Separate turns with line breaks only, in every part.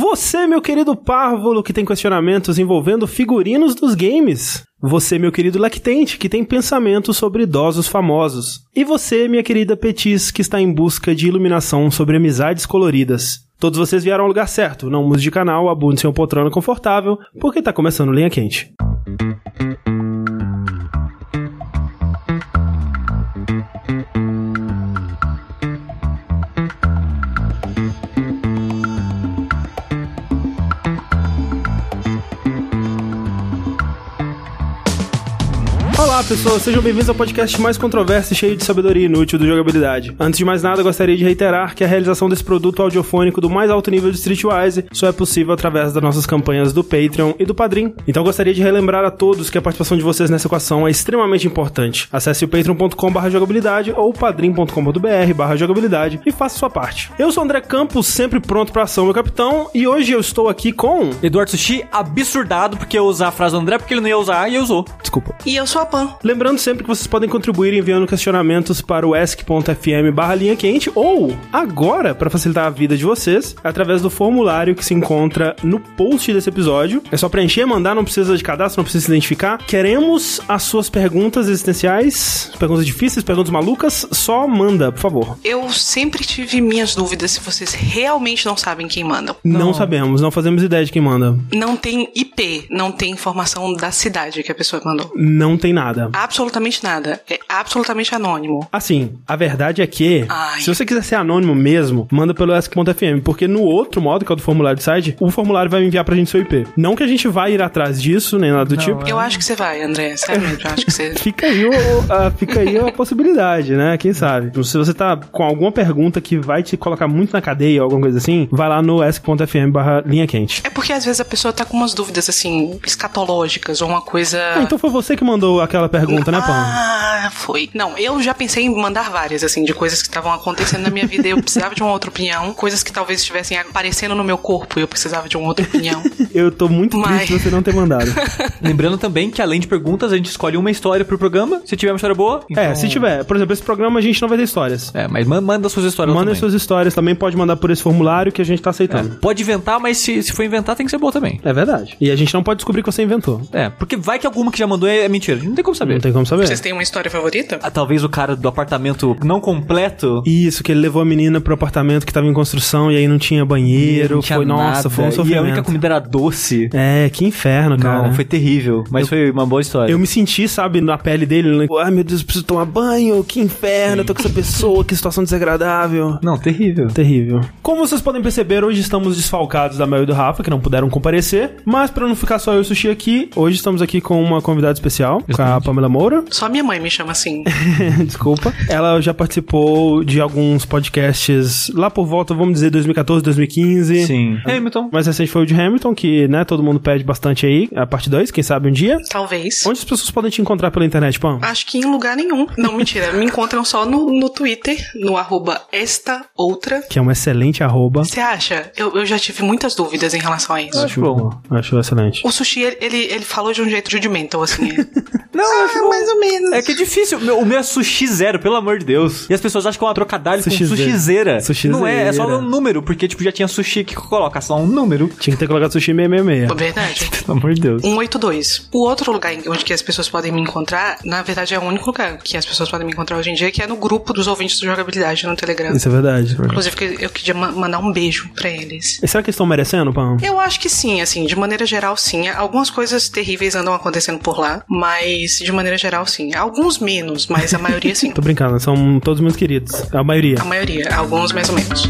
Você, meu querido párvulo, que tem questionamentos envolvendo figurinos dos games. Você, meu querido lactente, que tem pensamentos sobre idosos famosos. E você, minha querida Petis, que está em busca de iluminação sobre amizades coloridas. Todos vocês vieram ao lugar certo. Não mude de canal, abunde seu poltrona confortável, porque está começando Linha Quente. Olá, pessoas, sejam bem-vindos ao podcast mais controverso e cheio de sabedoria inútil do jogabilidade. Antes de mais nada, gostaria de reiterar que a realização desse produto audiofônico do mais alto nível de Streetwise só é possível através das nossas campanhas do Patreon e do Padrim. Então gostaria de relembrar a todos que a participação de vocês nessa equação é extremamente importante. Acesse o patreon.com.br jogabilidade ou padrim.com.br jogabilidade e faça sua parte. Eu sou o André Campos, sempre pronto pra ação, meu capitão, e hoje eu estou aqui com...
Eduardo Sushi, absurdado, porque eu usar a frase do André, porque ele não ia usar e eu usou.
Desculpa.
E eu sou a Pan.
Lembrando sempre que vocês podem contribuir enviando questionamentos para o esc.fm barra linha quente ou, agora, para facilitar a vida de vocês, através do formulário que se encontra no post desse episódio. É só preencher, mandar, não precisa de cadastro, não precisa se identificar. Queremos as suas perguntas existenciais, perguntas difíceis, perguntas malucas, só manda, por favor.
Eu sempre tive minhas dúvidas se vocês realmente não sabem quem mandam.
Não, sabemos, não fazemos ideia de quem manda.
Não tem IP, não tem informação da cidade que a pessoa mandou.
Não tem nada.
Absolutamente nada. É absolutamente anônimo.
Assim, a verdade é que,
Ai.
se você quiser ser anônimo mesmo, manda pelo ask.fm, porque no outro modo, que é o do formulário de site, o formulário vai enviar pra gente seu IP. Não que a gente vai ir atrás disso, nem nada do tipo.
Eu acho que você vai, André. Sério, mesmo, eu acho que você.
Fica aí, o, a, fica aí a possibilidade, né? Quem sabe? Se você tá com alguma pergunta que vai te colocar muito na cadeia ou alguma coisa assim, vai lá no ask.fm barra linha quente.
É porque às vezes a pessoa tá com umas dúvidas, assim, escatológicas ou uma coisa.
Ah, então foi você que mandou aquela pergunta, né, Pam?
Ah, foi. Não, eu já pensei em mandar várias, assim, de coisas que estavam acontecendo na minha vida e eu precisava de uma outra opinião. Coisas que talvez estivessem aparecendo no meu corpo e eu precisava de uma outra opinião.
Eu tô muito
Mas-
triste de você não ter mandado.
Lembrando também que, além de perguntas, a gente escolhe uma história pro programa. Se tiver uma história boa. então,
É, se tiver, por exemplo, esse programa a gente não vai ter histórias.
É, mas ma- manda suas histórias
Mandem
lá também.
suas histórias também, pode mandar por esse formulário que a gente tá aceitando.
É, Pode inventar, mas se, se for inventar, tem que ser boa também.
É, verdade. E a gente não pode descobrir que você inventou.
É, porque vai que alguma que já mandou é, é mentira. A gente não tem como saber.
Não tem como saber.
Vocês têm uma história favorita?
Ah, talvez o cara do apartamento não completo.
Isso, que ele levou a menina pro apartamento que tava em construção e aí não tinha banheiro.
não tinha
foi, nossa,
nada,
foi um
E a
sofrimento.
única comida era doce.
É, que inferno, cara.
Não, foi terrível. Mas foi uma boa história.
Eu me senti, sabe, na pele dele. né? Ai, meu Deus, eu preciso tomar banho. Que inferno, eu tô com essa pessoa, que situação desagradável.
Não, terrível.
Terrível. Como vocês podem perceber, hoje estamos desfalcados da Mel e do Rafa, que não puderam comparecer. Mas pra não ficar só eu e o Sushi aqui, hoje estamos aqui com uma convidada especial, com a Pamela Moura.
Só minha mãe me chama assim.
Desculpa. Ela já participou de alguns podcasts lá por volta, vamos dizer, 2014, 2015.
Sim. Hamilton.
Mais recente foi o de Hamilton, que, né, todo mundo pede bastante aí. A parte 2, quem sabe um dia.
Talvez.
Onde as pessoas podem te encontrar pela internet, Pam?
Acho que em lugar nenhum. Não, mentira. Me encontram só no, no Twitter, no arroba esta outra.
Que é um excelente arroba.
Você acha? Eu, eu já tive muitas dúvidas em relação a isso.
acho bom.
Acho excelente.
O sushi, ele, ele, ele falou de um jeito judgmental, assim.
Não, eu acho bom.
ou menos.
É que é difícil. Meu- o meu é sushi zero, pelo amor de Deus. E as pessoas acham que é uma trocadilho
Sushi
com
zero.
sushizeira.
Sushi
Não é, é só
zera.
um número, porque tipo, já tinha sushi que coloca só um número.
Tinha que ter colocado sushi 666.
é Verdade.
Pelo amor de Deus.
182. O outro lugar em- onde que as pessoas podem me encontrar, na verdade é o único lugar que as pessoas podem me encontrar hoje em dia, que é no grupo dos ouvintes do Jogabilidade no Telegram.
Isso é verdade.
Inclusive, que eu queria ma- mandar um beijo pra eles.
E será que eles estão merecendo, Pam?
Eu acho que sim, assim, de maneira geral sim. Algumas coisas terríveis andam acontecendo por lá, mas de maneira geral sim. Alguns menos, mas a maioria sim. É
Tô brincando, são todos muito queridos. A maioria.
A maioria, alguns mais ou menos.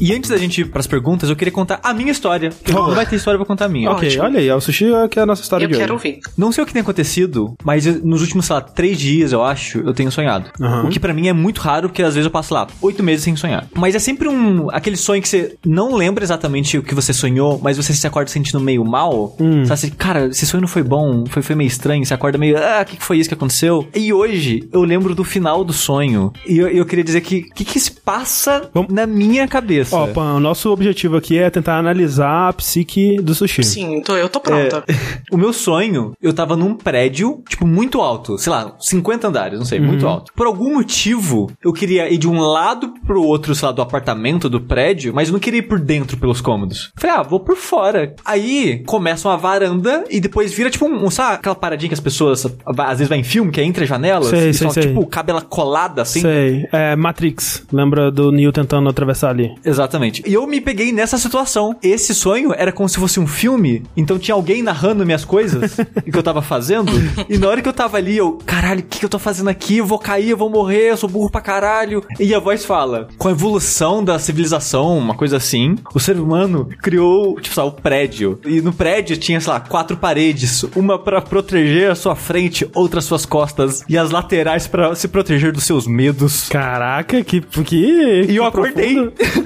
E antes da gente ir pras perguntas, eu queria contar a minha história. Porque não vai ter história pra contar a minha.
ok,
Ótimo.
olha aí, é o sushi é que é a nossa história
Eu
de
quero um
hoje.
ouvir.
Não sei o que tem acontecido, mas eu- nos últimos, sei lá, três dias, eu acho, eu tenho sonhado.
Aham.
O que pra mim é muito raro, porque às vezes eu passo lá oito meses sem sonhar. Mas é sempre um. aquele sonho que você não lembra exatamente o que você sonhou, mas você se acorda sentindo meio mal.
Hum.
Sabe assim, cara, esse sonho não foi bom, foi, foi meio estranho, você acorda meio. Ah, o que, que foi isso que aconteceu? E hoje eu lembro do final do sonho. E eu, eu queria dizer que. O que, que se passa
Vamos-
na minha cabeça? Nossa.
Ó, Pan, o nosso objetivo aqui é tentar analisar a psique do sushi.
Sim, tô, eu tô pronta.
O meu sonho, eu tava num prédio, tipo, muito alto, sei lá, 50 andares, não sei,
Uhum.
muito alto. Por algum motivo, eu queria ir de um lado pro outro, sei lá, do apartamento, do prédio, mas eu não queria ir por dentro pelos cômodos. Falei, ah, vou por fora. Aí começa uma varanda e depois vira, tipo, um, sabe aquela paradinha que as pessoas às vezes vai em filme, que é entre janelas?
Sei,
e
sei,
só,
sei.
tipo, cabe ela colada assim.
Sei. É, Matrix. Lembra do Neo tentando atravessar ali?
Exatamente. E eu me peguei nessa situação. Esse sonho era como se fosse um filme, então tinha alguém narrando minhas coisas e que eu tava fazendo. E na hora que eu tava ali, eu, caralho, o que, que eu tô fazendo aqui? Eu vou cair, eu vou morrer, eu sou burro pra caralho. E a voz fala: com a evolução da civilização, uma coisa assim, o ser humano criou, tipo, sabe, o prédio. E no prédio tinha, sei lá, quatro paredes: uma pra proteger a sua frente, outra as suas costas, e as laterais pra se proteger dos seus medos.
Caraca, que. que
E eu acordei.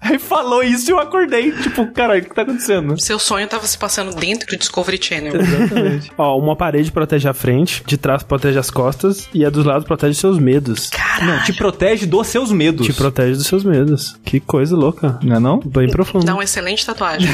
Aí falou isso e eu acordei. Tipo, caralho, o que tá acontecendo?
Seu sonho tava se passando dentro do Discovery Channel.
Ó, uma parede protege a frente, de trás protege as costas e a dos lados protege seus medos.
Não, te protege dos seus medos.
Te protege dos seus medos. Que coisa louca.
Não é não?
Bem profundo.
Dá Tá um uma excelente tatuagem.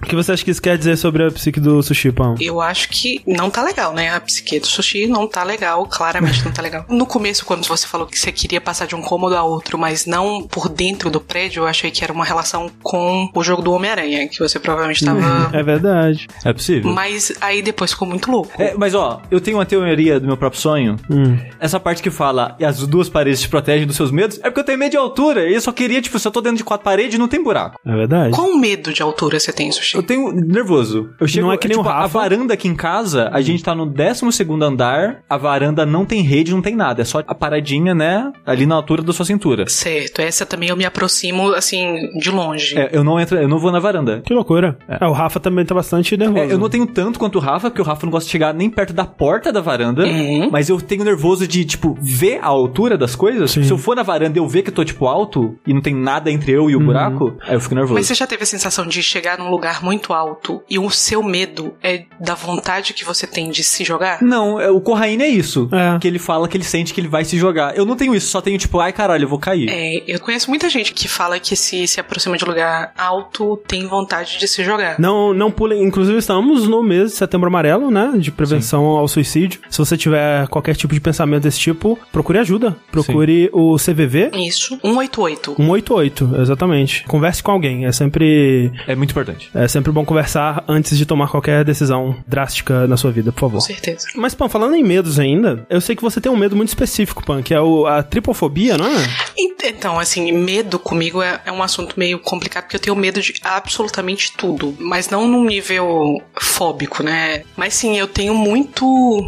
O que você acha que isso quer dizer sobre a psique do sushi, Pão?
Eu acho que não tá legal, né? A psique do sushi não tá legal, claramente não tá legal. No começo, quando você falou que você queria passar de um cômodo a outro, mas não por dentro do prédio, eu achei que era uma relação com o jogo do Homem-Aranha, que você provavelmente tava.
É verdade.
É possível.
Mas aí depois ficou muito louco.
É, mas ó, eu tenho uma teoria do meu próprio sonho.
Hum.
Essa parte que fala e as duas paredes te protegem dos seus medos é porque eu tenho medo de altura. E eu só queria, tipo, se eu tô dentro de quatro paredes, não tem buraco.
É verdade.
Qual medo de altura você tem,
Eu
sushi?
tenho nervoso. Eu chego,
Não é que nem
tipo,
o Rafa. Hum.
A varanda aqui em casa, a gente tá no 12 segundo andar, a varanda não tem rede, não tem nada. É só a paradinha, né, ali na altura da sua cintura.
Certo, essa também eu me aproximo, assim, de longe.
É, eu não entro, eu não vou na varanda.
Que loucura. É. o Rafa também tá bastante nervoso.
É, eu não tenho tanto quanto o Rafa, porque o Rafa não gosta de chegar nem perto da porta da varanda.
Uhum.
Mas eu tenho nervoso de, tipo, ver a altura das coisas.
Sim.
Se eu for na varanda e eu ver que eu tô, tipo, alto e não tem nada entre eu e o buraco, aí eu fico nervoso.
Mas você já teve a sensação de chegar num lugar muito alto e o seu medo é da vontade que você tem de se jogar?
Não, é, o Corraine é isso.
É.
Que ele fala que ele sente que ele vai se jogar. Eu não tenho isso, só tenho, tipo, ai caralho, eu vou cair.
É, eu conheço muita gente que fala que se se aproxima de um lugar alto tem vontade de se jogar.
Não, não pulem. Inclusive, estamos no mês de setembro amarelo, né? De prevenção ao suicídio. Se você tiver qualquer tipo de pensamento desse tipo, procure ajuda. Procure o CVV
Isso. 188.
188, exatamente. Converse com alguém. É sempre,
É muito importante.
é sempre bom conversar antes de tomar qualquer decisão drástica na sua vida, por favor.
Com certeza.
Mas, Pan, falando em medos ainda, eu sei que você tem um medo muito específico, Pan, que é o- a tripofobia, não é?
Ent- Então, assim, medo comigo é, é um assunto meio complicado, porque eu tenho medo de absolutamente tudo. Mas não num nível fóbico, né? Mas sim, eu tenho muito.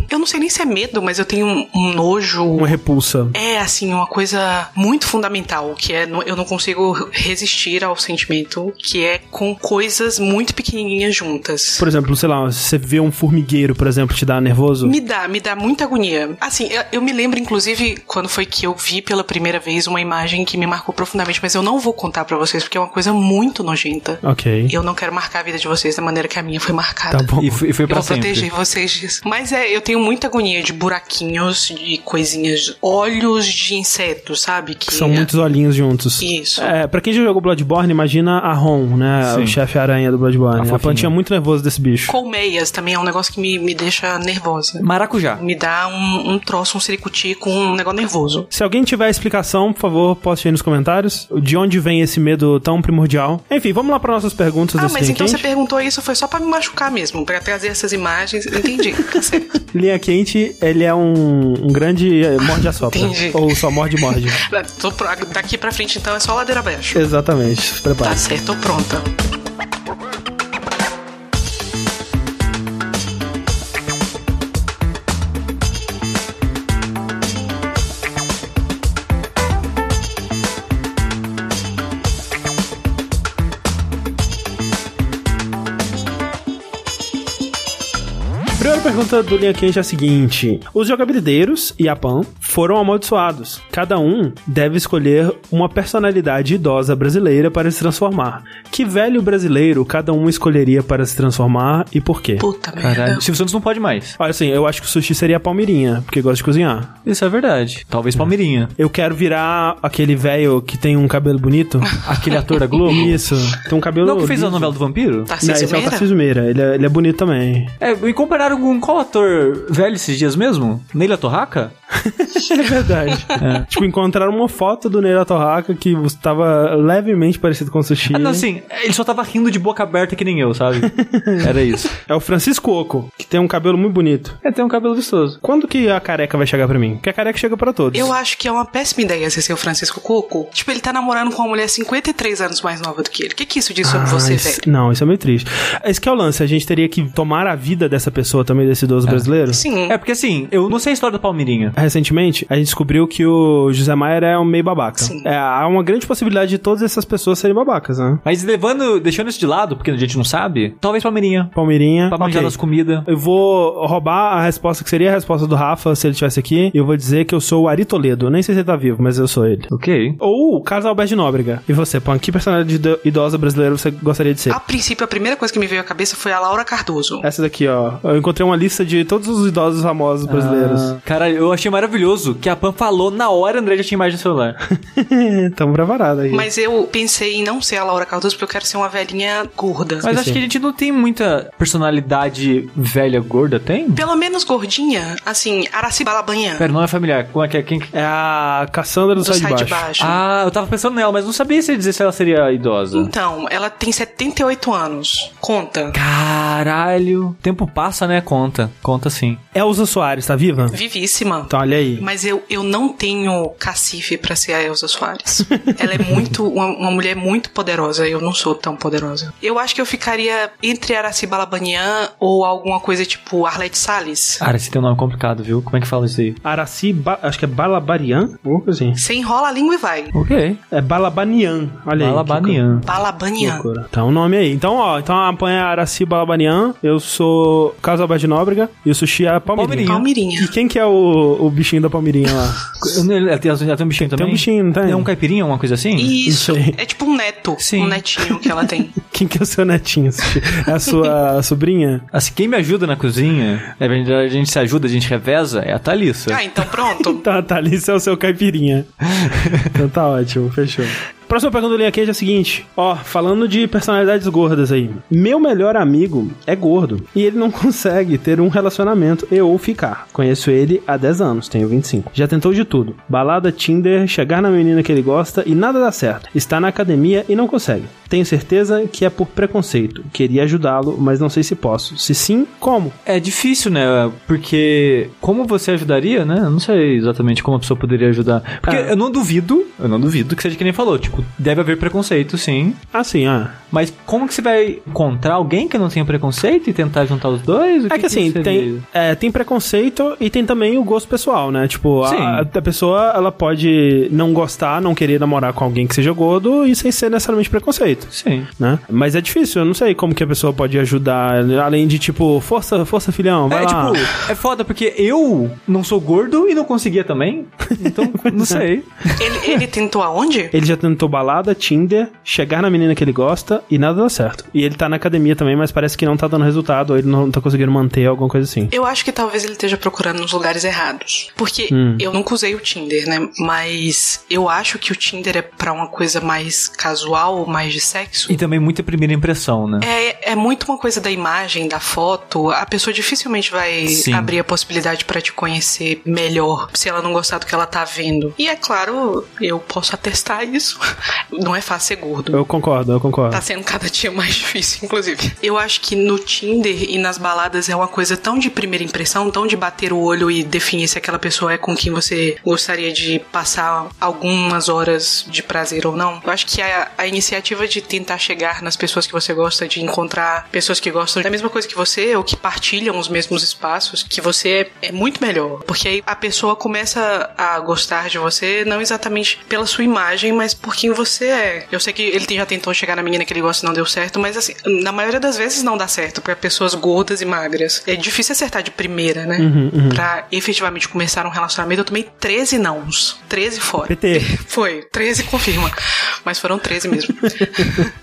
Eu não sei nem se é medo, mas eu tenho um, um nojo.
Uma repulsa.
É, assim, uma coisa muito fundamental, que é no- eu não consigo resistir ao sentimento, que é com coisas muito pequenininhas juntas.
Por exemplo, sei lá, você vê um formigueiro, por exemplo, te dá nervoso?
Me dá, me dá muita agonia. Assim, eu, eu me lembro, inclusive, quando foi que eu vi pela primeira vez uma imagem que me marcou profundamente, mas eu não vou contar pra vocês porque é uma coisa muito nojenta.
Ok.
Eu não quero marcar a vida de vocês da maneira que a minha foi marcada.
Tá bom.
E, foi- e foi
Eu
pra
vou
sempre.
proteger vocês disso. Mas é, eu tenho muita agonia de buraquinhos, de coisinhas, olhos de insetos, sabe? Que
São muitos olhinhos juntos.
Isso.
É, pra quem já jogou Bloodborne, imagina a Ron, né?
Sim.
O chefe aranha do
A
Bloodborne. A,
fofinha.
plantinha é muito nervosa desse bicho.
Colmeias também é um negócio que me, me deixa nervosa.
Maracujá.
Uhum.
Me dá um, um troço, um siricutico, um negócio nervoso.
Se alguém tiver explicação, por favor, poste aí nos comentários de onde vem esse medo tão primordial. Enfim, vamos lá para nossas perguntas
Ah,
desse
mas
linha
então você
quente.
perguntou isso foi só pra me machucar mesmo, pra trazer essas imagens. Entendi, tá certo.
Linha quente, ele é um, um grande eh, morde-assopra.
Entendi. Tá.
Ou só morde-morde.
Tô pro- Daqui pra frente então é só ladeira abaixo.
Exatamente. Prepara.
Tá certo, tô pronta.
Primeira pergunta do Linha Quente é a seguinte: Os jogabilideiros e a Pan foram amaldiçoados. Cada um deve escolher uma personalidade idosa brasileira para se transformar. Que velho brasileiro cada um escolheria para se transformar e por quê?
Puta merda.
Caralho. Silvio Santos não pode mais.
Olha assim, eu acho que o sushi seria a Palmeirinha, porque gosta de cozinhar.
Isso é verdade. Talvez Palmeirinha.
Eu quero virar aquele velho que tem um cabelo bonito.
Aquele ator da Globo.
Isso. Tem um cabelo.
Não, que fez a
liso.
novela do vampiro?
Não,
Tarcísio
esse é o
Meira?
Tarcísio Meira. Ele é, ele é bonito também.
É, me compararam com qual ator velho esses dias mesmo? Neila Torraca?
É verdade. Tipo, encontraram uma foto do Neira Torraca que estava levemente parecido com o sushi.
Ah, não, assim, ele só tava rindo de boca aberta que nem eu, sabe? Era isso.
É o Francisco Oco, que tem um cabelo muito bonito.
É, tem um cabelo vistoso.
Quando que a careca vai chegar pra mim? Porque a careca chega pra todos.
Eu acho que é uma péssima ideia esse seu Francisco Coco. Tipo, ele tá namorando com uma mulher 53 anos mais nova do que ele. O que, que isso diz sobre você,
isso-
velho?
Não, isso é meio triste. Esse que é o lance, a gente teria que tomar a vida dessa pessoa também, desse idoso brasileiro?
Sim.
É porque assim, eu não sei a história da Palmeirinha.
Recentemente, a gente descobriu que o José Maier é um meio babaca.
Sim.
É, há uma grande possibilidade de todas essas pessoas serem babacas, né?
Mas levando, deixando isso de lado, porque a gente não sabe, talvez Palmeirinha.
Palmeirinha.
Pra manjar
ok.
das comidas.
Eu vou roubar a resposta que seria a resposta do Rafa se ele estivesse aqui. E eu vou dizer que eu sou o Ari Toledo. Nem sei se ele tá vivo, mas eu sou ele.
Ok.
Ou o Carlos Alberto de Nóbrega. E você, Pan, que personagem ido- idosa brasileira você gostaria de ser?
A princípio, a primeira coisa que me veio à cabeça foi a Laura Cardoso.
Essa daqui, ó. Eu encontrei uma lista de todos os idosos famosos brasileiros.
Ah, Caralho, eu achei maravilhoso que a Pam falou na hora, André já tinha imagem no celular.
Tamo preparado aí.
Mas eu pensei em não ser a Laura Cardoso porque eu quero ser uma velhinha gorda.
Mas acho que a gente não tem muita personalidade velha gorda, tem?
Pelo menos gordinha, assim, Araci Balabanha.
Pera, não é familiar. Como é que é? Quem... que-
É a Cassandra do,
do
Sai de
Sai
Baixo.
Tá de baixo.
Ah, eu tava pensando nela, mas não sabia se dizer se ela seria idosa.
Então, ela tem 78 anos. Conta.
Caralho. Tempo passa, né? Conta. Conta sim.
Elza Soares, tá viva?
Vivíssima.
Então, olha aí.
Mas eu, eu não tenho cacife pra ser a Elza Soares. Ela é muito uma, uma mulher muito poderosa. Eu não sou tão poderosa. Eu acho que eu ficaria entre Araci Balabanhã ou alguma coisa tipo Arlette Salles.
Cara, esse tem um nome complicado, viu? Como é que fala isso aí?
Araci, Ba- acho que é Balabarian? Ou coisa assim.
Você enrola a língua e vai.
Ok.
É Balabanian. Olha aí.
Balabanian.
Que
Balabanhã.
loucura. Então, o nome aí. Então, ó, então a Pan é Araci Balabanian, eu sou Carlos Alberto de Nóbrega e o Sushi é a Palmeirinha.
Palmeirinha.
E
Palmeirinha.
quem que é o, o bichinho da Palmeirinha lá?
Eu não- Ela tem, ela tem um bichinho também?
Tem um bichinho, não tem?
É um caipirinha, uma coisa assim?
Isso.
Isso aí.
É tipo um neto.
Sim.
Um netinho que ela tem.
Quem que é o seu netinho? Sushi? É a sua sobrinha?
Assim, quem me ajuda na cozinha, na verdade, a gente se ajuda, a gente reveza, é a Thalissa.
Ah, então pronto.
Tá, tá, Alice é o seu caipirinha. então tá ótimo, fechou. Próxima pergunta do Linha Queijo é a seguinte. Ó, falando de personalidades gordas aí. Meu melhor amigo é gordo e ele não consegue ter um relacionamento e ou ficar. Conheço ele há 10 anos, tenho 25. Já tentou de tudo. Balada, Tinder, chegar na menina que ele gosta e nada dá certo. Está na academia e não consegue. Tenho certeza que é por preconceito. Queria ajudá-lo, mas não sei se posso. Se sim, como?
É difícil, né? Porque como você ajudaria, né? Eu não sei exatamente como a pessoa poderia ajudar. Porque
Ah.
eu não duvido, eu não duvido que seja que nem falou. Tipo, deve haver preconceito, sim.
Assim, ah,
Mas como que você vai encontrar alguém que não tenha preconceito e tentar juntar os dois? O
É que, assim,
seria?
tem, é, tem preconceito e tem também o gosto pessoal, né? Tipo,
Sim.
a, a pessoa, ela pode não gostar, não querer namorar com alguém que seja gordo e sem ser necessariamente preconceito.
Sim.
Né? Mas é difícil, eu não sei como que a pessoa pode ajudar, além de tipo, força, força, filhão, vai
É,
lá.
tipo, é foda porque eu não sou gordo e não conseguia também. Então, não sei.
Ele, ele tentou aonde?
Ele já tentou balada, Tinder, chegar na menina que ele gosta e nada dá certo. E ele tá na academia também, mas parece que não tá dando resultado, ou ele não tá conseguindo manter alguma coisa assim.
Eu acho que talvez ele esteja procurando nos lugares errados. Porque eu nunca usei o Tinder, né? Mas eu acho que o Tinder é pra uma coisa mais casual, mais de sexo.
E também muita primeira impressão, né?
É, é muito uma coisa da imagem, da foto. A pessoa dificilmente vai
Sim.
abrir a possibilidade pra te conhecer melhor se ela não gostar do que ela tá vendo. E é claro, eu posso atestar isso. Não é fácil ser gordo.
Eu concordo, eu concordo.
Tá sendo cada dia mais difícil, inclusive. Eu acho que no Tinder e nas baladas é uma coisa tão de primeira impressão, tão de bater o olho e definir se aquela pessoa é com quem você gostaria de passar algumas horas de prazer ou não. Eu acho que a, a iniciativa de de tentar chegar nas pessoas que você gosta, de encontrar pessoas que gostam da mesma coisa que você ou que partilham os mesmos espaços, que você é, é muito melhor. Porque aí a pessoa começa a gostar de você, não exatamente pela sua imagem, mas por quem você é. Eu sei que ele já tentou chegar na menina que ele gosta e não deu certo, mas assim, na maioria das vezes não dá certo para pessoas gordas e magras. É difícil acertar de primeira, né?
Uhum, uhum.
Pra efetivamente começar um relacionamento, eu tomei 13 nãos. 13 fora.
PT.
Foi, 13 confirma. Mas foram 13 mesmo.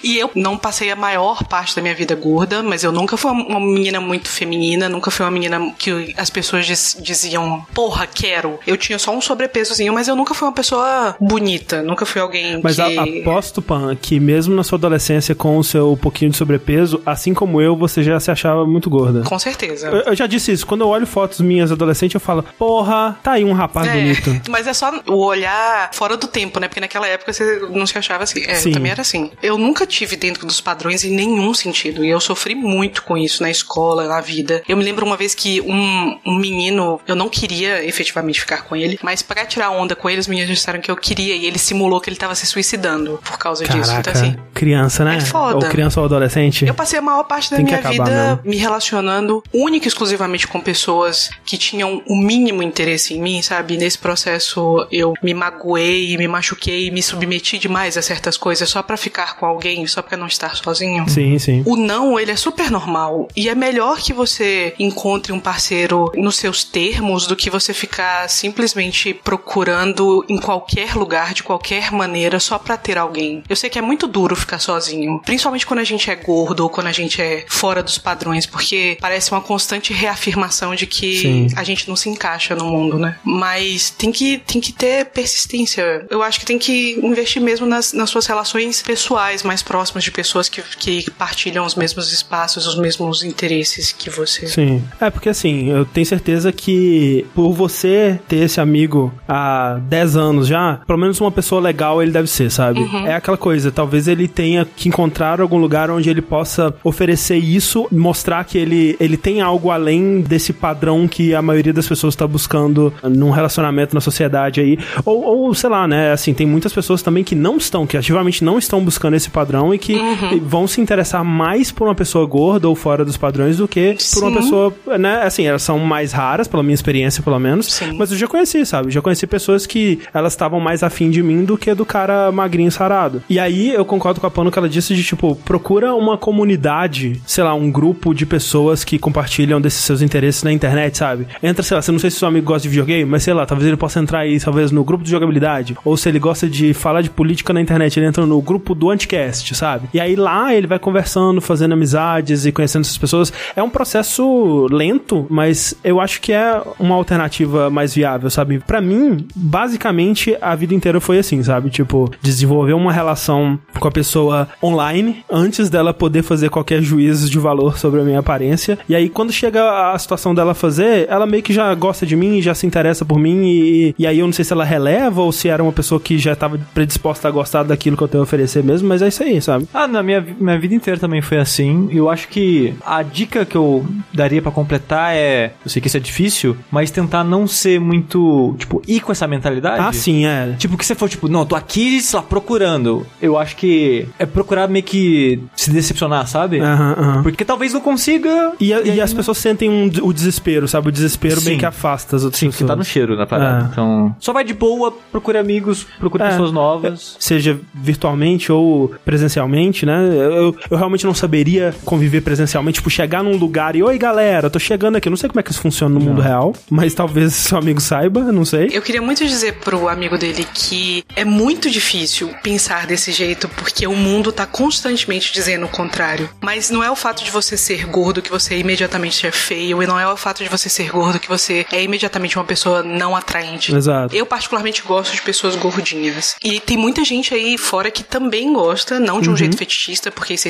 e eu não passei a maior parte da minha vida gorda, mas eu nunca fui uma menina muito feminina, nunca fui uma menina que as pessoas diz- diziam, porra, quero. Eu tinha só um sobrepesozinho, mas eu nunca fui uma pessoa bonita, nunca fui alguém
Mas
que...
a- aposto, Pan, que mesmo na sua adolescência com o seu pouquinho de sobrepeso, assim como eu, você já se achava muito gorda.
Com certeza.
Eu, eu já disse isso, quando eu olho fotos minhas adolescentes, eu falo, porra, tá aí um rapaz bonito.
Mas é só o olhar fora do tempo, né? Porque naquela época você não se achava assim. É,
Sim.
eu também era assim. Eu nunca tive dentro dos padrões em nenhum sentido. E eu sofri muito com isso na escola, na vida. Eu me lembro uma vez que um, um menino, eu não queria efetivamente ficar com ele, mas pra tirar onda com ele, os meninos disseram que eu queria. E ele simulou que ele tava se suicidando por causa disso. Então,
Caraca,
assim,
criança, né?
É foda.
Ou criança ou adolescente.
eu passei a maior parte da
Tem que
minha
acabar
vida
mesmo.
me relacionando única e exclusivamente com pessoas que tinham o mínimo interesse em mim, sabe? Nesse processo eu me magoei, me machuquei, me submeti demais a certas coisas só pra ficar com alguém, só pra não estar sozinho.
Sim, sim.
O não, ele é super normal. E é melhor que você encontre um parceiro nos seus termos do que você ficar simplesmente procurando em qualquer lugar, de qualquer maneira, só pra ter alguém. Eu sei que é muito duro ficar sozinho. Principalmente quando a gente é gordo ou quando a gente é fora dos padrões, porque parece uma constante reafirmação de que
Sim.
a gente não se encaixa no mundo, né? Mas tem que, tem que ter persistência. Eu acho que tem que investir mesmo nas, nas suas relações pessoais mais próximas de pessoas que, que partilham os mesmos espaços, os mesmos interesses que você.
Sim. É porque assim, eu tenho certeza que por você ter esse amigo há 10 anos já, pelo menos uma pessoa legal ele deve ser, sabe? É aquela coisa, talvez ele tenha que encontrar algum lugar onde ele possa oferecer isso, mostrar que ele, ele tem algo além desse padrão que a maioria das pessoas está buscando num relacionamento na sociedade aí. Ou, ou, sei lá, né? Assim, tem muitas pessoas também que não estão, que ativamente não estão buscando esse padrão e que
Uhum.
e vão se interessar mais por uma pessoa gorda ou fora dos padrões do que por uma
Sim.
pessoa, né? Assim, elas são mais raras, pela minha experiência, pelo menos.
Sim.
Mas eu já conheci, sabe? Já conheci pessoas que elas estavam mais afim de mim do que do cara magrinho sarado. E aí eu concordo com a Pano que ela disse de tipo, procura uma comunidade, sei lá, um grupo de pessoas que compartilham desses seus interesses na internet, sabe? Entra, sei lá, você não sei se seu amigo gosta de videogame, mas sei lá, talvez ele possa entrar aí, talvez, no grupo de jogabilidade. Ou se ele gosta de falar de política na internet, ele entra no grupo do Anticast, sabe? E aí lá ele vai conversando, fazendo amizades e conhecendo essas pessoas. É um processo lento, mas eu acho que é uma alternativa mais viável, sabe? Pra mim, basicamente, a vida inteira foi assim, sabe? Tipo, desenvolver uma relação com a pessoa online antes dela poder fazer qualquer juízo de valor sobre a minha aparência. E aí, quando chega a situação dela fazer, ela meio que já gosta de mim, já se interessa por mim, e, e aí eu não sei se ela releva ou se era uma pessoa que já tava predisposta a gostar daquilo que eu tenho a oferecer mesmo, mas é isso aí, sabe?
Ah, na minha, vi- minha vida inteira também foi assim. Eu acho que a dica que eu daria pra completar é, eu sei que isso é difícil, mas tentar não ser muito, tipo, ir com essa mentalidade.
Ah, sim, é.
Tipo, que você for, tipo, não, tô aqui, sei lá, procurando. Eu acho que é procurar meio que se decepcionar, sabe?
Aham, aham.
Porque talvez não consiga.
E, a- e as pessoas sentem um de- o desespero, sabe? O desespero meio
Sim.
que afasta as outras
Sim, porque
pessoas.
tá no cheiro na parada.
É.
Então. Só vai de boa, procure amigos, procure
É.
pessoas novas.
Seja virtualmente ou presencialmente, né? Eu, eu- eu realmente não saberia conviver presencialmente, tipo, chegar num lugar e, oi galera, tô chegando aqui. Eu Não sei como é que isso funciona no mundo real, mas talvez seu amigo saiba, eu não sei.
Eu queria muito dizer pro amigo dele que é muito difícil pensar desse jeito, porque o mundo tá constantemente dizendo o contrário. Mas não é o fato de você ser gordo que você imediatamente é feio, e não é o fato de você ser gordo que você é imediatamente uma pessoa não atraente.
Exato.
Eu particularmente gosto de pessoas gordinhas. E tem muita gente aí fora que também gosta, não
Uhum.
de um jeito fetichista, porque isso é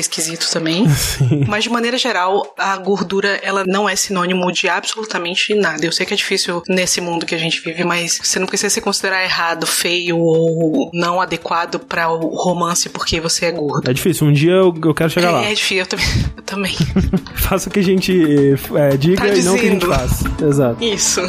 esquisito também. Mas de maneira geral, a gordura ela não é sinônimo de absolutamente nada. Eu sei que é difícil nesse mundo que a gente vive, mas você não precisa se considerar errado, feio ou não adequado para o romance porque você é gordo.
É difícil, um dia eu, eu quero chegar lá.
É, difícil, eu também. Eu também.
Faça o que a gente é, diga
Tá
e não o que a gente
dizendo.
faz.
É,
Exato.
Isso.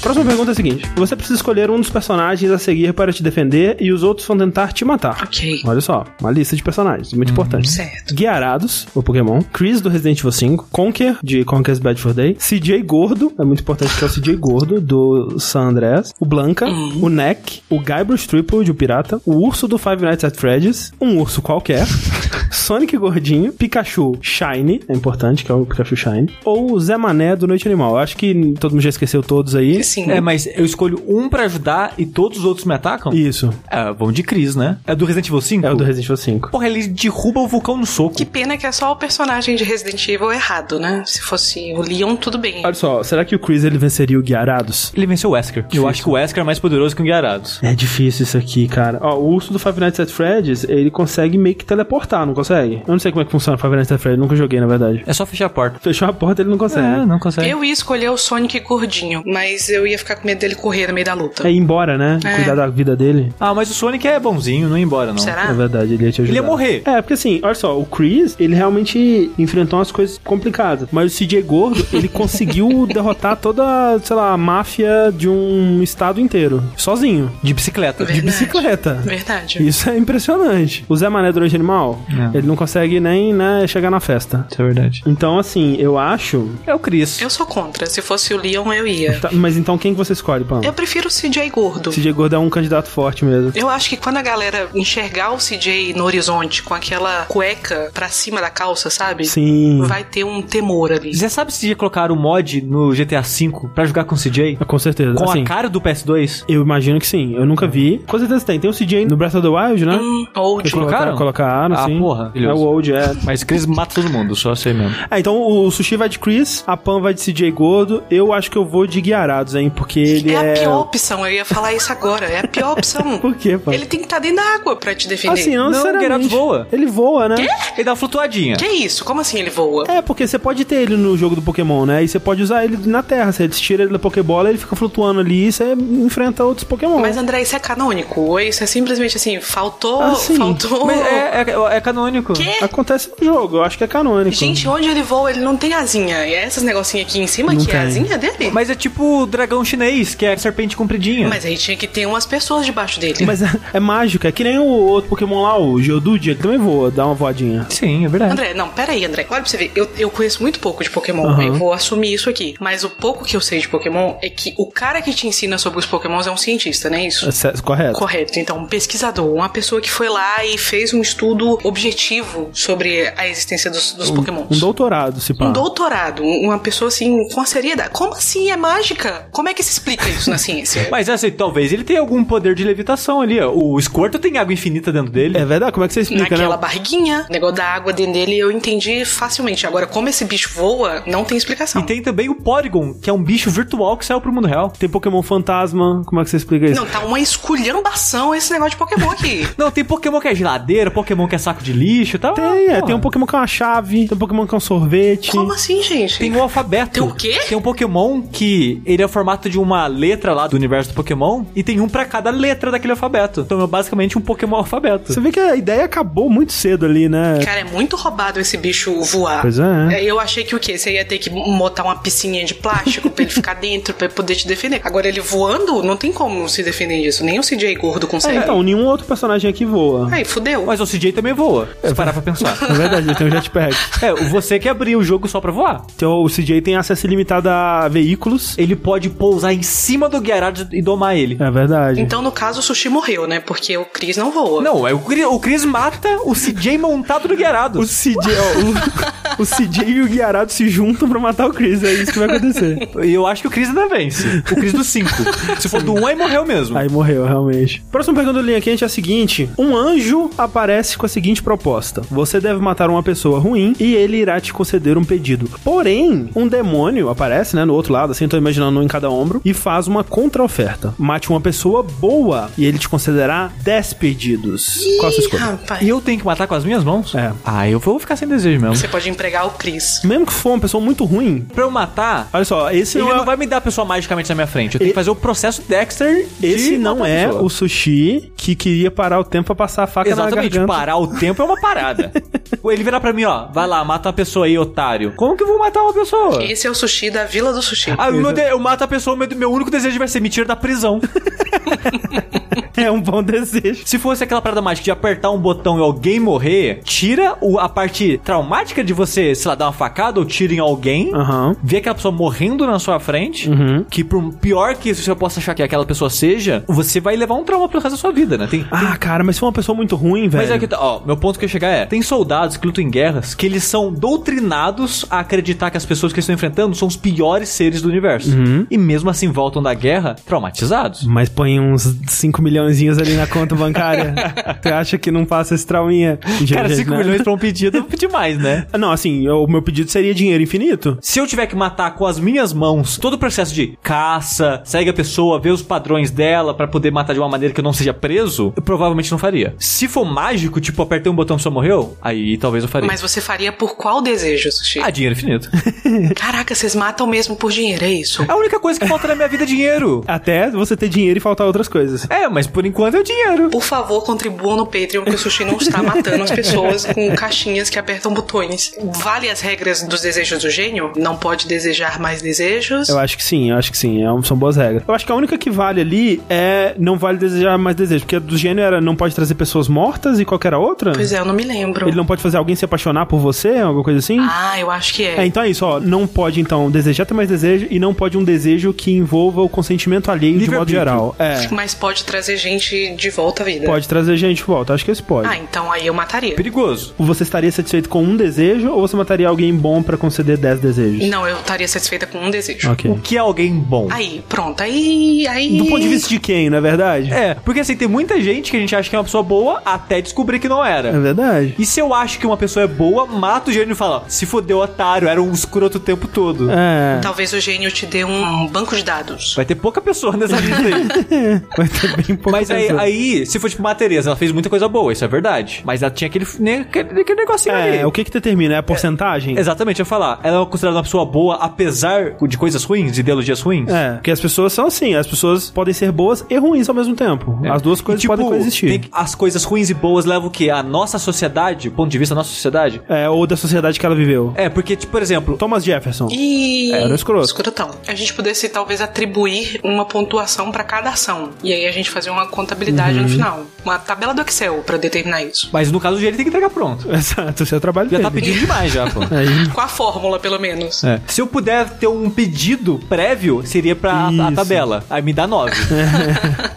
Próxima pergunta é a seguinte: Você precisa escolher um dos personagens a seguir para te defender e os outros vão tentar te matar.
Ok.
Olha só, uma lista de personagens, muito importante.
Certo.
Guiarados, o Pokémon, Chris do Resident Evil 5, Conker, de Conker's Bad for Day, CJ Gordo, é muito importante que é o CJ Gordo, do San Andreas, o Blanca, o Neck, o Guybrush Triple, de O Pirata, o Urso do Five Nights at Freddy's, um urso qualquer, Sonic Gordinho, Pikachu Shiny, é importante que é o Pikachu Shiny, ou o Zé Mané do Noite Animal. Eu acho que todo mundo já esqueceu todos aí.
Sim.
É, mas eu escolho um pra ajudar e todos os outros me atacam?
Isso,
É, vão de Cris, né? É do Resident Evil 5?
é o do Resident Evil 5.
Porra, ele derruba o vulcão no soco.
Que pena que é só o personagem de Resident Evil errado, né? Se fosse o Leon, tudo bem.
Olha só, será que o Chris ele venceria o Guiarados?
Ele venceu o Wesker. Eu acho que o Wesker é mais poderoso que o Guiarados.
É difícil isso aqui, cara. Ó, o urso do Five Nights at Freddy's, ele consegue meio que teleportar, não consegue? Eu não sei como é que funciona o Five Nights at Freddy's, nunca joguei, na verdade.
É só fechar a porta.
Fechou a porta, ele não
É,
consegue.
não consegue.
Hum. Eu ia escolher o Sonic gordinho, mas eu ia ficar com medo dele correr no meio da
É,
luta.
ir embora, né?
É.
Cuidar da vida dele.
Ah, mas o Sonic é bonzinho, não ia embora, não.
Será?
É verdade, ele ia te ajudar.
Ele ia morrer.
É, porque assim, olha só, o Chris, ele realmente enfrentou umas coisas complicadas. Mas o CJ Gordo, ele conseguiu derrotar toda, sei lá, a máfia de um estado inteiro. Sozinho.
De bicicleta.
De
Verdade.
bicicleta.
Verdade.
Isso é impressionante. O Zé Mané durante animal,
É.
ele não consegue nem né, chegar na festa.
Isso é verdade.
Então, assim, eu acho.
É o Chris.
Eu sou contra. Se fosse o Leon, eu ia.
Tá, mas então quem que você escolhe, Pam?
Eu prefiro o CJ gordo.
CJ Gordo é um candidato forte mesmo.
Eu acho que quando a galera enxergar o CJ no horizonte com aquela cueca pra cima da calça, sabe?
Sim.
Vai ter um temor ali.
Você sabe se ia colocar o mod no GTA V pra jogar com o CJ?
Com certeza.
Com
assim,
a cara do PS2?
eu imagino que sim. Eu nunca vi. Com certeza tem. Tem o CJ no Breath of the Wild, né?
Hum, ou de-
Que colocaram?
colocaram?
Colocaram,
Ah,
sim.
porra,
É o
beleza.
Old, é.
Mas o Chris mata todo mundo, só sei mesmo.
Ah, então o Sushi vai de Chris, a Pam vai de CJ Gordo. Eu acho que eu vou de Guiarados, hein? Porque ele
É
é.
a pior opção, eu ia falar isso agora. É a pior opção.
Por quê, Pam?
Ele tem que estar dentro da água pra te defender.
Assim, não,
Não,
necessariamente.
Guiarados voa.
Ele voa, né?
Ele dá uma flutuadinha.
Que isso? Como assim ele voa?
É, porque você pode ter ele no jogo do Pokémon, né? E você pode usar ele na Terra. Você tira ele da Pokébola, ele fica flutuando ali e você enfrenta outros Pokémon.
Mas, André, isso é canônico? Ou isso é simplesmente assim, faltou,
Ah, sim.
faltou...
Mas é, é- é canônico.
Quê?
Acontece no jogo, eu acho que é canônico.
Gente, onde ele voa, ele não tem asinha. E é essas negocinhas aqui em cima
Não
que é
tem.
a asinha dele? Mas...
Mas é tipo o dragão chinês, que é a serpente compridinha.
aí tinha que ter umas pessoas debaixo dele.
Mas é, é mágico, é que nem o outro Pokémon lá, o Geodude, ele também voa, dá uma voadinha.
Sim, é verdade.
André, não, pera aí, André. Olha pra você ver, eu, eu conheço muito pouco de Pokémon.
Aham.
Eu vou assumir isso aqui. Mas o pouco que eu sei de Pokémon é que o cara que te ensina sobre os Pokémons é um cientista, não é isso?
É sé- Correto.
Correto, então, um pesquisador, uma pessoa que foi lá e fez um estudo objetivo sobre a existência dos, dos Pokémons.
Um doutorado, se pá.
Um doutorado, um- uma pessoa assim, com a seriedade. Como assim? É mágica? Como é que se explica isso na ciência?
Mas assim, talvez ele tenha algum poder de levitação ali, ó. O escorto tem água infinita dentro dele.
É verdade, como é que você explica,
Naquela
né?
barriguinha, o negócio da água dentro dele, eu entendi facilmente. Agora, como esse bicho voa, não tem explicação.
E tem também o Porygon, que é um bicho virtual que saiu pro mundo real.
Tem Pokémon fantasma, como é que você explica isso?
Não, tá uma esculhambação esse negócio de Pokémon aqui.
Não, tem Pokémon que é geladeira, Pokémon que é saco de lixo e tal.
Tem, é,
Porra.
tem um Pokémon que é uma chave, tem um Pokémon que é um sorvete.
Como assim, gente?
um-
Tem o alfabeto.
Tem o quê?
Tem um Pokémon que ele é o formato de uma letra lá do universo do Pokémon e tem um pra cada letra daquele alfabeto. Então é basicamente um Pokémon alfabeto.
Você vê que a ideia acabou muito cedo ali, né?
Cara, é muito roubado esse bicho voar.
Pois é.
Eu achei que o quê? Você ia ter que botar uma piscininha de plástico pra ele ficar dentro, pra ele poder te defender. Agora, ele voando, não tem como se defender disso. Nem o CJ gordo consegue.
Então, nenhum outro personagem aqui voa.
Aí, fudeu.
Mas o CJ também voa, se parar pra pensar.
É verdade, ele tem um jetpack.
é, você que abriu o jogo só pra voar.
Então o CJ tem acesso ilimitado a veículos.
Ele pode pousar em cima do Gyarados e domar ele.
É verdade.
Então, no caso, o Sushi morreu, né? Porque o Chris não voa.
Não, é o, Cri- o Chris mata o CJ montado no
O
Gyarados.
CJ, ó, o, o CJ e o Guiarado se juntam pra matar o Chris, é isso que vai acontecer.
E eu acho que o Chris ainda vence. O Chris do 5. Se for do 1, um, aí morreu mesmo.
Aí morreu, realmente. Próxima pergunta do Linha Quente é a seguinte: Um anjo aparece com a seguinte proposta: Você deve matar uma pessoa ruim e ele irá te conceder um pedido. Porém, um demônio aparece, né, no outro lado, assim, tô imaginando um em cada ombro, e faz uma contra-oferta. Mate uma pessoa boa e ele te concederá 10 pedidos. Qual a sua
Ih,
escolha?
rapaz.
E eu tenho que matar com as minhas mãos?
É.
Ah, eu vou ficar sem desejo mesmo.
Você pode empregar o Chris.
Mesmo que for uma pessoa muito ruim,
Pra eu matar,
Olha só, esse
ele
não é,
não vai me dar a pessoa magicamente na minha frente. Eu tenho
Ele-
que fazer o processo Dexter de
esse
matar
não
a
é
pessoa.
o sushi que queria parar o tempo pra passar a faca na
Exatamente,
garganta.
parar o tempo é uma parada. Ou ele virar pra mim, ó, vai lá, mata uma pessoa aí, otário. Como que eu vou matar uma pessoa?
Esse é o sushi da Vila do Sushi.
Ah, o meu de- eu mato a pessoa, meu, meu único desejo vai ser me tirar da prisão.
É um bom desejo.
Se fosse aquela parada mágica de apertar um botão e alguém morrer, tira o- a parte traumática de você, sei lá, dar uma facada ou tira em alguém,
Aham.
ver aquela pessoa morrendo na sua frente,
Uhum.
que por pior que você possa achar que aquela pessoa seja, você vai levar um trauma pelo resto da sua vida, né? Tem,
Ah, cara, mas foi uma pessoa muito ruim, velho.
Mas é que tá, ó, meu ponto que eu ia chegar é: tem soldados que lutam em guerras que eles são doutrinados a acreditar que as pessoas que eles estão enfrentando são os piores seres do universo. E mesmo assim voltam da guerra traumatizados.
Mas põe uns 5 milhõezinhos ali na conta bancária. tu acha que não passa esse trauminha?
Cara,
Gente,
5
né?
milhões pra um pedido é demais, né?
Ah, Não, assim, o meu pedido seria dinheiro infinito.
Se eu tiver que matar com as minhas mãos todo o processo de caça, segue a pessoa, vê os padrões dela pra poder matar de uma maneira que eu não seja preso, eu provavelmente não faria. Se for mágico, tipo, apertei um botão e só morreu, aí talvez eu faria.
Mas você faria por qual desejo, Sushi?
Ah, dinheiro infinito.
Caraca, vocês matam mesmo por dinheiro, é isso?
a única coisa que falta na minha vida é dinheiro.
Até você ter dinheiro e faltar outras coisas.
É, mas por enquanto é o dinheiro.
Por favor, contribuam no Patreon que o Sushi não está matando as pessoas com caixinhas que apertam botões. Vale as regras dos desejos do gênio? Não pode desejar mais desejos?
Eu acho que sim, eu acho que sim. é um- São boas regras. Eu acho que a única que vale ali é não vale desejar mais desejo. Porque a do gênio era não pode trazer pessoas mortas e qualquer outra?
Pois é, eu não me lembro.
Ele não pode fazer alguém se apaixonar por você, alguma coisa assim?
Ah, eu acho que
É,
é.
então é isso, ó. Não pode, então, desejar ter mais desejo e não pode um desejo que envolva o consentimento alheio de modo
Livre-arbítrio.
geral. É.
Mas pode trazer gente de volta à vida.
Pode trazer gente de volta, acho que esse pode.
Ah, então aí eu mataria.
Perigoso.
Você estaria satisfeito com um desejo ou você mataria alguém bom pra conceder 10 desejos?
Não, eu estaria satisfeita com um desejo.
Ok.
O que é alguém bom?
Aí, pronto. Aí, aí.
Do ponto de vista de quem, não é verdade?
É, porque assim, tem muita gente que a gente acha que é uma pessoa boa até descobrir que não
É
era.
verdade.
E se eu acho que uma pessoa é boa, mato o gênio e fala, se fodeu, otário, era um escroto o tempo todo.
É.
Talvez o gênio te dê um banco de dados.
Vai ter pouca pessoa nessa lista aí.
Vai ter é bem pouco.
Mas aí, aí, se for tipo uma Tereza, ela fez muita coisa boa, isso é verdade. Mas ela tinha aquele, né, aquele, aquele negocinho
É,
ali.
o que que determina? É a porcentagem?
Exatamente, eu ia falar. Ela é considerada uma pessoa boa apesar de coisas ruins, de ideologias ruins.
É, porque as pessoas são assim, as pessoas podem ser boas e ruins ao mesmo tempo. As duas coisas
E, tipo,
podem coexistir.
tem que- as coisas ruins e boas levam o quê? A nossa sociedade, o ponto de vista da nossa sociedade.
É, ou da sociedade que ela viveu.
É, porque, tipo, por exemplo,
Thomas Jefferson.
E.
Era um escroto.
Escrotão. A gente pudesse talvez atribuir uma pontuação pra cada ação. E aí a gente fazer uma contabilidade
Uhum.
no final. Uma tabela do Excel pra determinar isso.
mas no caso do ele tem que entregar pronto.
Exato, seu trabalho
Já
dele. É, né?
tá pedindo demais já, pô.
Aí,
Com a fórmula, pelo menos.
É. Se eu puder ter um pedido prévio, seria pra a- a,
Isso.
tabela. Aí me dá nove.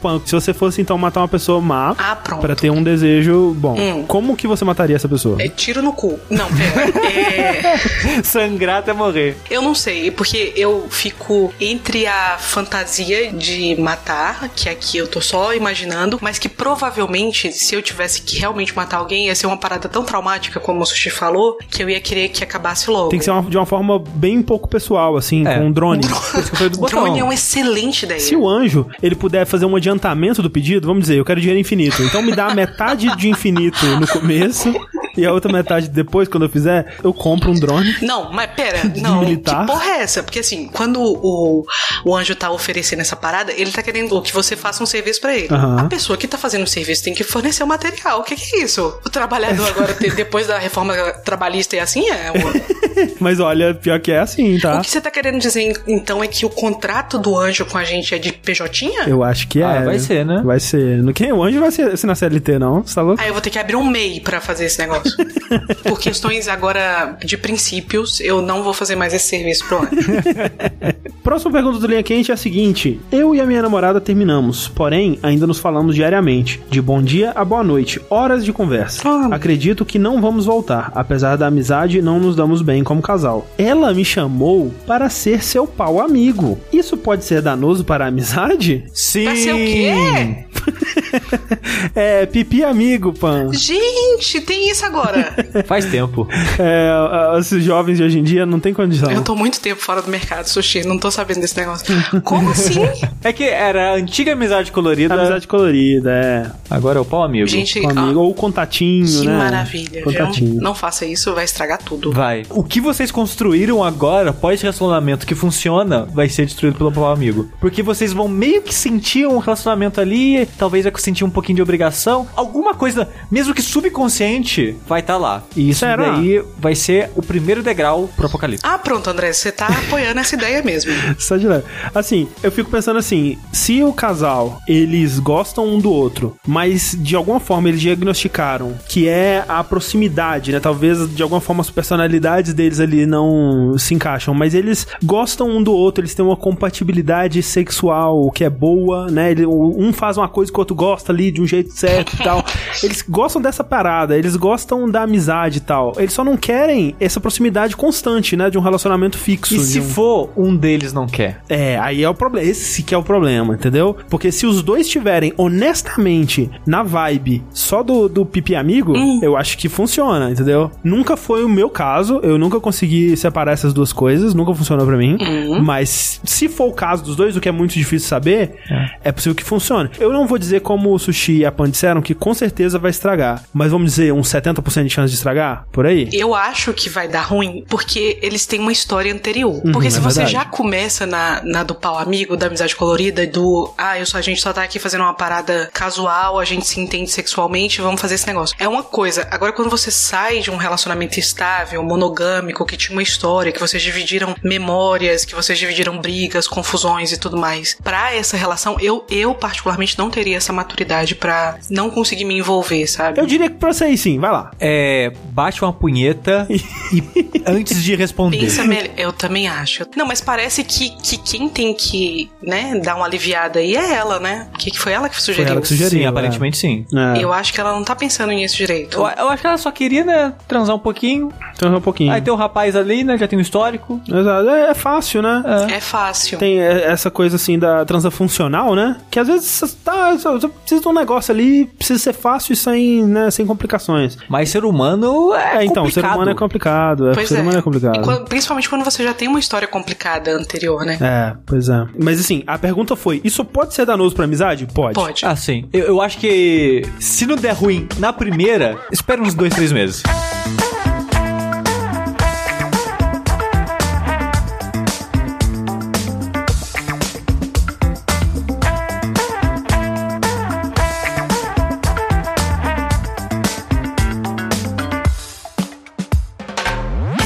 pô, se você fosse então matar uma pessoa má
Ah, pronto.
pra ter um desejo bom,
Hum.
como que você mataria essa pessoa?
É, tiro no cu. Não, pera. É,
Sangrar até morrer.
eu não sei, porque eu fico entre a fantasia de matar, que aqui eu tô só imaginando, mas que provavelmente, se eu tivesse que realmente matar alguém, ia ser uma parada tão traumática, como o Sushi falou, que eu ia querer que acabasse logo.
Tem que ser uma- de uma forma bem pouco pessoal, assim,
É.
com um drone.
Por isso que eu falei do botão.
Drone é uma excelente ideia.
Se o anjo, ele puder fazer um adiantamento do pedido, vamos dizer, eu quero dinheiro infinito. Então me dá a metade de infinito no começo e a outra metade depois, quando eu fizer, eu compro um drone.
Não, mas pera, não.
militar?
Que porra é essa? Porque assim, quando o, o anjo tá oferecendo essa parada, ele tá querendo que você faça um serviço pra ele.
Aham.
A pessoa que tá fazendo o serviço tem que fornecer o material. O que, que é isso? O
É.
trabalhador agora, te- depois da reforma trabalhista, é assim? É? O,
Mas olha, pior que é assim, tá?
o que você tá querendo dizer então é que o contrato do anjo com a gente é de PJ?
Eu acho que é.
Ah, vai ser, né?
Vai ser. No quem? O anjo vai ser, se na CLT, não? Você tá louco?
Aí eu vou ter que abrir um MEI pra fazer esse negócio. Por questões agora de princípios, eu não vou fazer mais esse serviço pro anjo.
Próxima pergunta do Linha Quente é a seguinte: Eu e a minha namorada terminamos, porém ainda nos falamos diariamente, de bom dia a boa noite, horas de conversa.
Ah.
Acredito que não vamos voltar, apesar da amizade não nos damos bem como casal. Ela me chamou para ser seu pau amigo. Isso pode ser danoso para a amizade?
Sim.
Pra ser o quê?
É, pipi amigo, pan.
Gente, tem isso agora.
Faz tempo.
É, a- esses jovens de hoje em dia não tem condição.
Eu tô muito tempo fora do mercado, sushi, não tô sabendo desse negócio. Como assim?
É que era a antiga amizade colorida.
Amizade colorida, é.
Agora é o pau amigo.
Gente,
Com amigo,
ó,
ou contatinho,
que
né?
maravilha, viu?
Contatinho.
Não faça isso, vai estragar tudo.
Vai. O que vocês construíram agora, pós relacionamento que funciona, vai ser destruído pelo próprio amigo. Porque vocês vão meio que sentir um relacionamento ali, talvez vai sentir um pouquinho de obrigação, alguma coisa, mesmo que subconsciente, vai estar lá. E isso
Será?
daí vai ser o primeiro degrau pro apocalipse.
Ah, pronto, André, você tá apoiando essa ideia mesmo.
Só de leve. Assim, eu fico pensando assim, se o casal, eles gostam um do outro, mas de alguma forma eles diagnosticaram que é a proximidade, né? Talvez de alguma forma as personalidades deles ali não se encaixam, mas eles gostam um do outro, eles têm uma compatibilidade sexual que é boa, né? Ele- um faz uma coisa que o outro gosta ali de um jeito certo e tal. Eles gostam dessa parada, eles gostam da amizade e tal. Eles só não querem essa proximidade constante, né? De um relacionamento fixo.
E
de
se
um...
for um deles não quer?
É, aí é o problema. Esse que é o problema, entendeu? Porque se os dois estiverem honestamente na vibe só do, do pipi amigo, eu acho que funciona, entendeu? Nunca foi o meu caso, eu nunca consegui separar essas duas coisas, nunca funcionou pra mim. Mas se for o caso dos dois, o que é muito difícil saber, é. possível que funcione. Eu não vou dizer como o Sushi e a Pan disseram, que com certeza vai estragar. Mas vamos dizer, uns 70% de chance de estragar? Por aí?
Eu acho que vai dar ruim, porque eles têm uma história anterior. porque se
é
você
verdade.
já começa na, na do pau amigo, da amizade colorida, do ah, eu só, a gente só tá aqui fazendo uma parada casual, a gente se entende sexualmente, vamos fazer esse negócio. É uma coisa. Agora, quando você sai de um relacionamento estável, monogâmico, que tinha uma história, que vocês dividiram memórias, que vocês dividiram brigas, confusões e tudo mais, pra essa relação, eu, eu particularmente não teria essa maturidade pra não conseguir me envolver, sabe?
Eu diria que pra você aí sim, vai lá.
É. Bate uma punheta e antes de responder.
Pensa melhor. Eu também acho. Não, mas parece que, que quem tem que, né, dar uma aliviada aí é ela, né? Porque foi ela que sugeriu.
ela que sugeriu.
Sim,
é.
aparentemente sim.
É,
Eu acho que ela não tá pensando nisso direito.
Eu, eu acho que ela só queria, né, transar um pouquinho.
então é um pouquinho.
Aí tem o rapaz ali, né, já tem um histórico.
Exato. É, é fácil, né?
É fácil.
Tem é, essa coisa assim da transa funcional, né? Que às vezes cê tá, cê- cê precisa de um negócio ali, precisa ser fácil e sem, né, sem complicações.
Mas ser humano é,
É, então, o ser
complicado.
humano é complicado. É, o
Pois
ser
é.
humano é
E
complicado.
quan- principalmente quando você já tem uma história complicada anterior, né?
É, pois é. Mas assim, a pergunta foi: isso pode ser danoso pra amizade? Pode.
Pode.
Ah, sim. Eu, eu acho que se não der ruim na primeira, espera uns dois, três meses.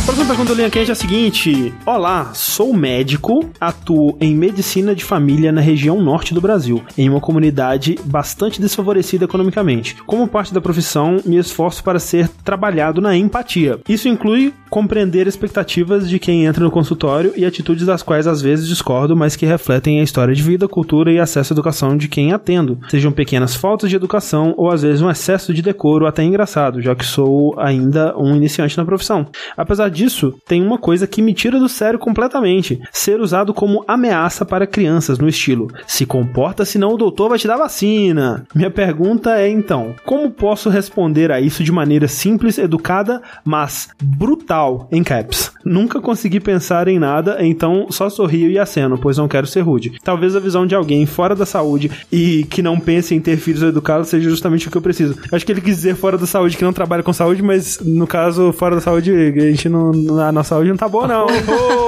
Próxima pergunta do Linha Quente é a seguinte: Olá, sou médico, atuo em medicina de família na região norte do Brasil, em uma comunidade bastante desfavorecida economicamente. Como parte da profissão, me esforço para ser trabalhado na empatia. Isso inclui compreender expectativas de quem entra no consultório e atitudes das quais às vezes discordo, mas que refletem a história de vida, cultura e acesso à educação de quem atendo, sejam pequenas faltas de educação ou às vezes um excesso de decoro até engraçado, já que sou ainda um iniciante na profissão. Apesar disso, tem uma coisa que me tira do sério completamente: ser usado como ameaça para crianças, no estilo se comporta, senão o doutor vai te dar vacina. Minha pergunta é então: como posso responder a isso de maneira simples, educada, mas brutal, em caps? Nunca consegui pensar em nada, então só sorrio e aceno, pois não quero ser rude. Talvez a visão de alguém fora da saúde e que não pense em ter filhos ou educá-los seja justamente o que eu preciso. Acho que ele quis dizer fora da saúde, que não trabalha com saúde, mas no caso, fora da saúde, a gente não. A nossa saúde não tá boa, não.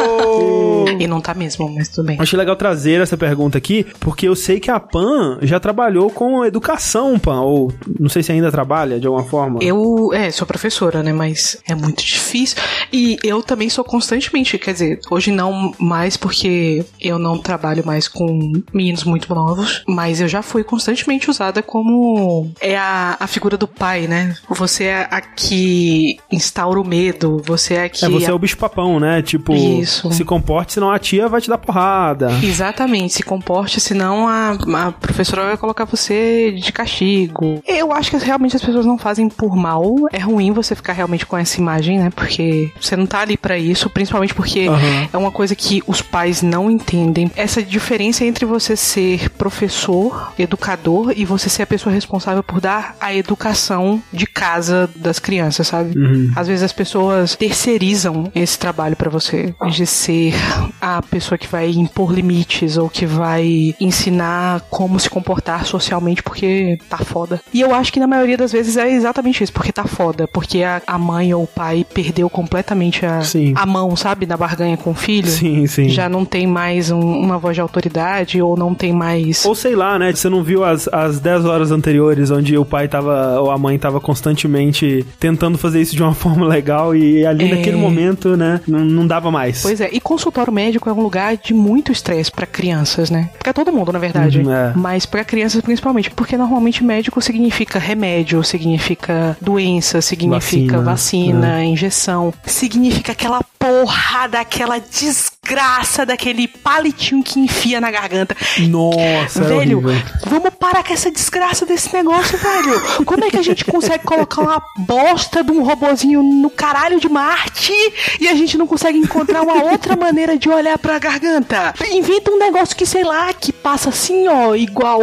Oh!
E não tá mesmo, mas tudo bem.
Achei legal trazer essa pergunta aqui, porque eu sei que a Pan já trabalhou com educação, Pan, ou não sei se ainda trabalha de alguma forma.
Eu, é, sou professora, né? Mas é muito difícil. E eu também sou constantemente, quer dizer, hoje não mais porque eu não trabalho mais com meninos muito novos, mas eu já fui constantemente usada como. É a, a figura do pai, né? Você é a que instaura o medo, você é a que.
É, você é o bicho papão, né? Tipo,
Isso.
se comporte, senão a tia vai te dar porrada.
Exatamente, se comporte, senão a, a professora vai colocar você de castigo. Eu acho que realmente as pessoas não fazem por mal. É ruim você ficar realmente com essa imagem, né? Porque você não tá ali pra isso, principalmente porque
Aham.
é uma coisa que os pais não entendem. Essa diferença entre você ser professor, educador e você ser a pessoa responsável por dar a educação de casa das crianças, sabe? Às vezes as pessoas terceirizam esse trabalho pra você de ser ser a pessoa que vai impor limites ou que vai ensinar como se comportar socialmente porque tá foda. E eu acho que na maioria das vezes é exatamente isso, porque tá foda. Porque a, a mãe ou o pai perdeu completamente a,
Sim.
a mão, sabe, na barganha com o filho.
Sim, sim.
Já não tem mais um- uma voz de autoridade ou não tem mais.
Ou sei lá, né? Você não viu as, as 10 horas anteriores onde o pai tava, ou a mãe tava constantemente tentando fazer isso de uma forma legal e ali
É.
naquele momento, né? Não, não dava mais.
Pois é, e consultório médico é um lugar de muito estresse pra crianças, né? Pra todo mundo, na verdade.
Uhum, é.
Mas pra crianças principalmente, porque normalmente médico significa remédio, significa doença, significa
Vacina, é.
vacina, injeção, significa aquela porra daquela desgraça daquele palitinho que enfia na garganta.
Nossa, era
é. velho,
horrível.
vamos parar com essa desgraça desse negócio, velho. Como é que a gente consegue colocar uma bosta de um robozinho no caralho de Marte e a gente não consegue encontrar uma outra maneira de olhar pra garganta? Inventa um negócio que, sei lá, que passa assim, ó, igual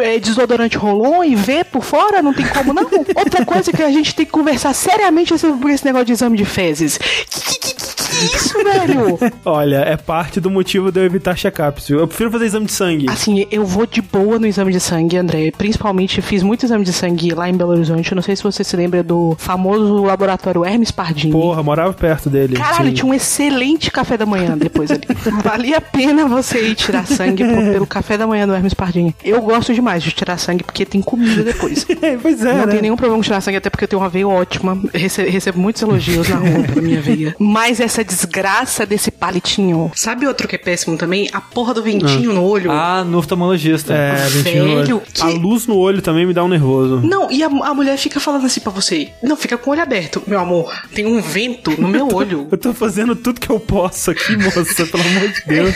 é, desodorante rolon e vê por fora, não tem como não. Outra coisa que a gente tem que conversar seriamente é sobre esse negócio de exame de fezes. Que, que, que, que, que isso, velho?
Olha, é parte do motivo de eu evitar check-ups, viu? Eu prefiro fazer exame de sangue.
Assim, eu vou de boa no exame de sangue, André. Principalmente fiz muito exame de sangue lá em Belo Horizonte. Eu não sei se você se lembra do famoso laboratório Hermes Pardini.
Porra, morava perto dele.
Caralho,
sim.
tinha um excelente café da manhã depois ali. Valia a pena você ir tirar sangue por- pelo café da manhã do Hermes Pardini. Eu gosto demais de tirar sangue porque tem comida depois.
pois é,
um Não
né?
tenho nenhum problema com tirar sangue, até porque eu tenho uma veia ótima. Rece- recebo muitos elogios na rua pela minha veia. Mas essa desgraça desse palitinho. Sabe outro que é péssimo também? A porra do ventinho no olho.
Ah, no oftalmologista.
É, ventinho no
Velho,
olho.
que-
A luz no olho também me dá um nervoso.
Não, e a, a mulher fica falando assim pra você: Não, fica com o olho aberto, meu amor. Tem um vento no meu olho.
Eu tô fazendo tudo que eu posso aqui, moça, pelo amor de Deus.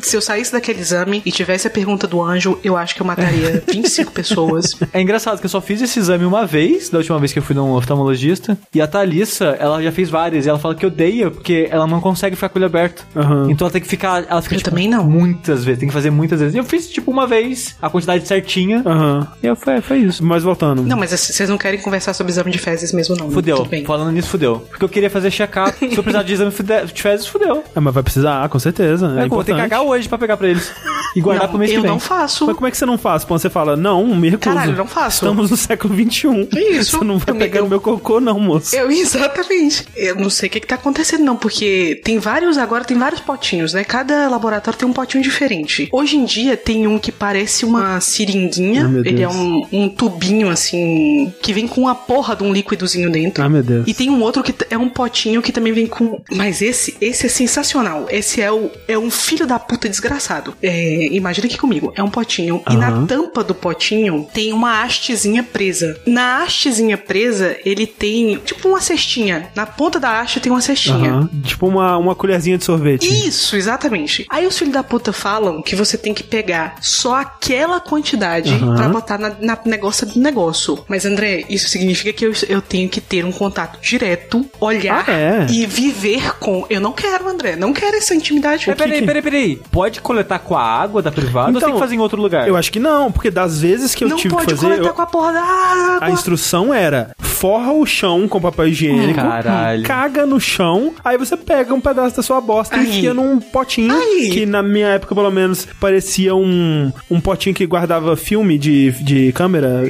Se eu saísse daquele exame e tivesse a pergunta do anjo, eu acho que eu mataria 25 pessoas.
É engraçado que eu só fiz esse exame uma vez, da última vez que eu fui num oftalmologista. E a Thalissa, ela já fez várias. E ela fala que odeia, porque ela não consegue ficar com o olho aberto.
Aham.
Então ela tem que ficar. Ela fica,
Eu
tipo,
também não.
Muitas vezes, tem que fazer muitas vezes. E eu fiz, tipo, uma vez, a quantidade certinha.
Ah,
Aham.
E eu, foi, foi isso.
Mas voltando.
Não, mas assim, vocês não querem conversar sobre exame de fezes mesmo, não. né?
Fudeu.
Tudo bem.
Falando nisso, fudeu. Porque eu queria fazer check-up. Se eu precisar de exame fude- de fezes, fudeu.
É, mas vai precisar, com certeza. É,
É, eu vou ter que
importante.
cagar hoje pra pegar pra eles. E guardar
Não,
pro mês
eu
que vem.
não faço.
Mas como é que você não faz? Quando você fala, não, me recuso.
Caralho, não faço.
Estamos no século XXI.
Isso.
Você não vai
Eu me-
pegar no
eu-
meu cocô, não, moço.
Eu, exatamente. Eu não sei o que, que tá acontecendo, não, porque tem vários agora, tem vários potinhos, né? Cada laboratório tem um potinho diferente. Hoje em dia tem um que parece uma seringuinha.
Ah, meu
Ele é
Deus.
um, um tubinho, assim, que vem com uma porra de um líquidozinho dentro.
Ah, meu Deus.
E tem um outro que t- é um potinho que também vem com. Mas esse, esse é sensacional. Esse é, o, é um filho da puta desgraçado. É, imagina aqui comigo. É um potinho. E
Aham.
na tampa do potinho tem uma hastezinha presa. Na hastezinha presa, ele tem tipo uma cestinha. Na ponta da haste tem uma cestinha.
Aham. Tipo uma, uma colherzinha de sorvete.
Isso, exatamente. Aí os filhos da puta falam que você tem que pegar só aquela quantidade
Aham.
pra botar na, na negócio do negócio. Mas, André, isso significa que eu, eu tenho que ter um contato direto, olhar
Ah, é?
e viver com. Eu não quero, André. Não quero essa intimidade.
Mas peraí, peraí, peraí. Pode coletar com a água da privada ou
Então,
tem que fazer em outro lugar?
Eu acho que não, porque das vezes que eu
não
tive que
pode
fazer,
conectar
eu- Ah,
com a porra da
a
água.
instrução era forra o chão com papel higiênico,
Caralho.
caga no chão, aí você pega um pedaço da sua bosta e
Aí.
enfia num potinho,
Aí.
que na minha época, pelo menos, parecia um, um potinho que guardava filme de, de câmera,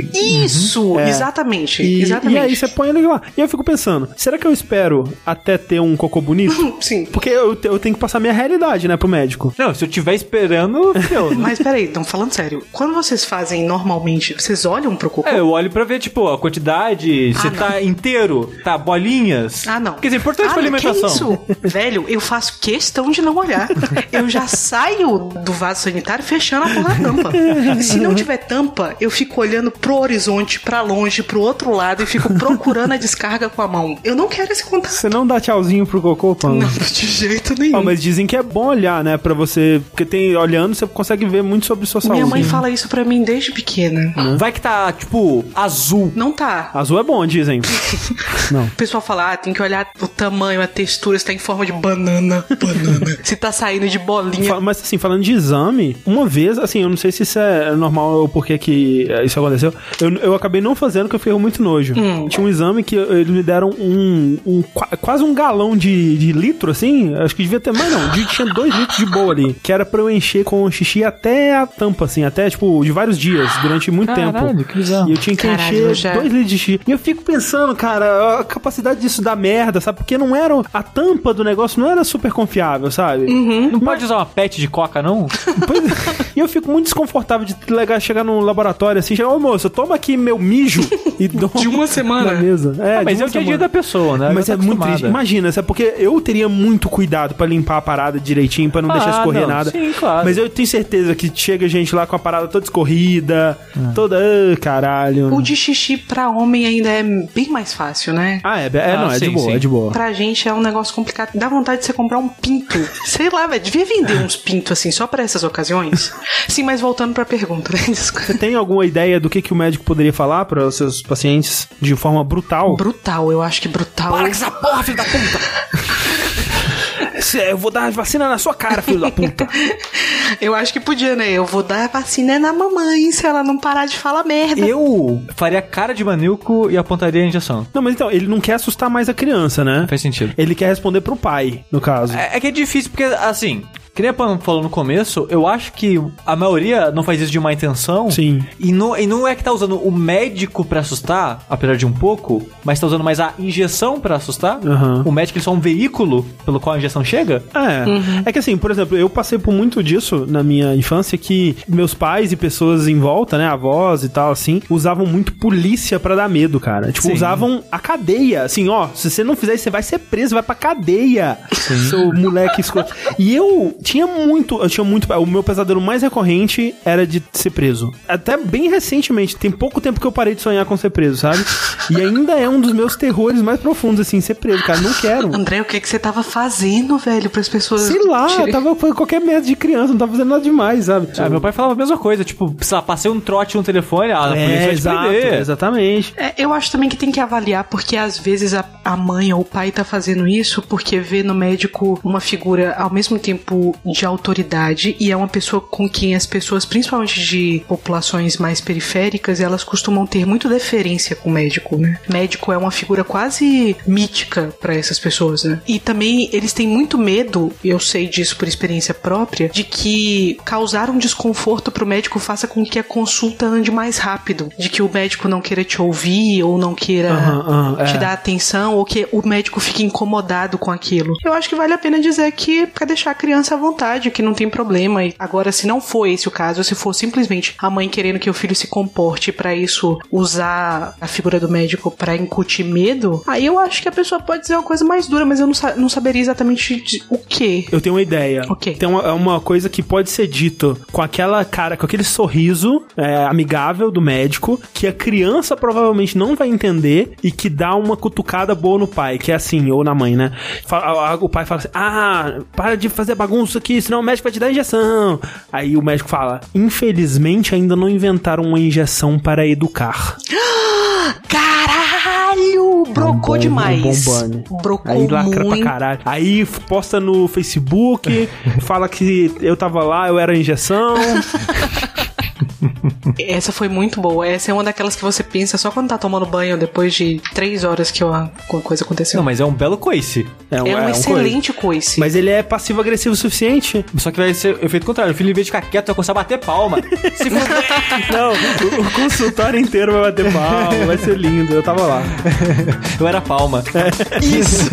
Isso,
É.
exatamente.
E,
exatamente.
e aí você põe ele lá. E eu fico pensando, será que eu espero até ter um cocô bonito?
Hum, Sim.
Porque eu, te- eu tenho que passar minha realidade, né, pro médico.
Não, se eu tiver esperando, fudeu. né?
Mas peraí, então falando sério, quando vocês fazem normalmente, vocês olham pro cocô?
É, eu olho pra ver, tipo, a quantidade, se
Ah, não.
tá inteiro, tá bolinhas.
Ah, não.
Quer dizer, é importante
ah,
pra
não, que
alimentação.
isso? Velho, eu faço questão de não olhar. Eu já saio do vaso sanitário fechando a porra da tampa. Se não tiver tampa, eu fico olhando pro horizonte, pra longe, pro outro lado e fico procurando a descarga com a mão. Eu não quero esse contato.
Você não dá tchauzinho pro cocô, Paulo?
Não, de jeito nenhum.
Ah,
Ó, mas dizem que é bom olhar, né, pra você... Porque tem olhando, você consegue ver muito sobre sua
é
saúde.
né?
Minha mãe fala isso pra mim desde pequena.
Vai que tá, tipo, azul.
Não tá.
Azul é bom dizem. não.
O pessoal fala, ah, tem que olhar o tamanho, a textura, se tá em forma de banana. Banana. se tá saindo de bolinha.
Fa- Mas assim, falando de exame, uma vez, assim, eu não sei se isso é normal ou por que que eh, isso aconteceu. Eu, eu acabei não fazendo porque eu fiquei com muito nojo.
Hum.
Tinha um exame que eu- eles me deram um, um qua- quase um galão de, de litro, assim. Acho que devia ter mais, não. De- Tinha dois litros de boa ali. Que era pra eu encher com xixi até a tampa, assim. Até, tipo, de vários dias, durante muito
Caralho,
tempo.
que bizarro.
E eu tinha que
Caralho,
encher
já-
dois litros de xixi. E eu fico pensando, cara, a capacidade disso dar merda, sabe? Porque não era. A tampa do negócio não era super confiável, sabe?
Uhum. Não pode usar uma pet de coca, não?
Pois é. E eu fico muito desconfortável de legal, chegar num laboratório assim, chegar, ô moça, toma aqui meu mijo e dou
De uma semana.
na mesa. É,
Ah, mas
de
é
uma
o dia a dia
semana.
da pessoa, né?
Mas é
Ela tá
muito
acostumada.
triste. Imagina, sabe? Porque eu teria muito cuidado pra limpar a parada direitinho, pra não
Ah,
deixar escorrer
não,
nada.
sim, claro.
Mas eu tenho certeza que chega gente lá com a parada toda escorrida,
É.
toda. "Ah, caralho.
O de xixi pra homem ainda é bem mais fácil, né?
Ah, é, é,
Ah,
não, é de
sim,
boa,
sim.
é de boa.
Pra gente é um negócio complicado. Dá vontade de você comprar um pinto. Sei lá, velho. Devia vender uns pintos assim, só pra essas ocasiões. Sim, mas voltando pra pergunta, né? Desculpa.
Tem alguma ideia do que, que o médico poderia falar para os seus pacientes de forma brutal?
Brutal, eu acho que brutal.
essa porra, filho da puta!
Cê, Eu vou dar vacina na sua cara, filho da puta.
Eu acho que podia, né? Eu vou dar a vacina na mamãe se ela não parar de falar merda.
Eu faria cara de maníaco e apontaria a injeção.
Não, mas então, ele não quer assustar mais a criança, né?
Faz sentido.
Ele quer responder pro pai, no caso.
É, é que é difícil, porque, assim, que nem a Pan falou no começo, eu acho que a maioria não faz isso de má intenção.
Sim.
E não, e não é que tá usando o médico pra assustar, apesar de um pouco, mas tá usando mais a injeção pra assustar.
Aham.
O médico é só um veículo pelo qual a injeção chega.
É. É que assim, por exemplo, eu passei por muito disso na minha infância que meus pais e pessoas em volta, né, avós e tal assim, usavam muito polícia pra dar medo, cara. Tipo,
Sim.
usavam a cadeia, assim, ó, se você não fizer isso, você vai ser preso, vai pra cadeia. Seu moleque escroto. E eu tinha muito, eu tinha muito, o meu pesadelo mais recorrente era de ser preso. Até bem recentemente, tem pouco tempo que eu parei de sonhar com ser preso, sabe? E ainda é um dos meus terrores mais profundos assim, ser preso, cara, não quero.
André, o que, que você tava fazendo, velho, pras pessoas.
Sei lá,
tirarem-
tava com qualquer merda de criança, não tava fazendo nada demais, sabe?
Ah, meu pai falava a mesma coisa, tipo, sei lá, passei um trote no telefone, ah, a polícia
é,
vai te
exato,
prender.
exatamente.
É, eu acho também que tem que avaliar, porque às vezes a, a mãe ou o pai tá fazendo isso porque vê no médico uma figura ao mesmo tempo de autoridade e é uma pessoa com quem as pessoas, principalmente de populações mais periféricas, elas costumam ter muito deferência com o médico, né? Médico é uma figura quase mítica pra essas pessoas, né? E também eles têm muito medo, e eu sei disso por experiência própria, de que causar um desconforto pro médico faça com que a consulta ande mais rápido, de que o médico não queira te ouvir ou não queira
Aham, aham,
te
é.
dar atenção ou que o médico fique incomodado com aquilo. Eu acho que vale a pena dizer que pra deixar a criança à vontade, que não tem problema. E Agora, se não for esse o caso, se for simplesmente a mãe querendo que o filho se comporte pra isso usar a figura do médico pra incutir medo, aí eu acho que a pessoa pode dizer uma coisa mais dura, mas eu não, sa- não saberia exatamente de- o que.
Eu tenho uma ideia.
Ok.
Tem uma, é uma coisa que pode ser dito com aquela cara, com aquele sorriso é, amigável do médico, que a criança provavelmente não vai entender e que dá uma cutucada boa no pai, que é assim, ou na mãe, né? Fa- a- a- O pai fala assim: ah, para de fazer bagunça aqui, senão o médico vai te dar injeção. Aí o médico fala: infelizmente ainda não inventaram uma injeção para educar.
Caralho! Brocou
Bombando,
demais.
bombando.
Brocou
Aí lacra
muito.
pra caralho. Aí f- posta no Facebook, fala que eu tava lá, eu era injeção.
Essa foi muito boa. Essa é uma daquelas que você pensa só quando tá tomando banho depois de três horas que uma, uma coisa aconteceu.
Não, mas é um belo coice.
É
é um
é coisa.
excelente coice.
Mas ele é passivo-agressivo o suficiente?
Só que vai ser o efeito contrário. O filho, em vez de ficar quieto, vai começar a bater palma. Se fuder.
Não, o, o consultório inteiro vai bater palma, vai ser lindo. Eu tava lá.
Eu era palma.
Isso!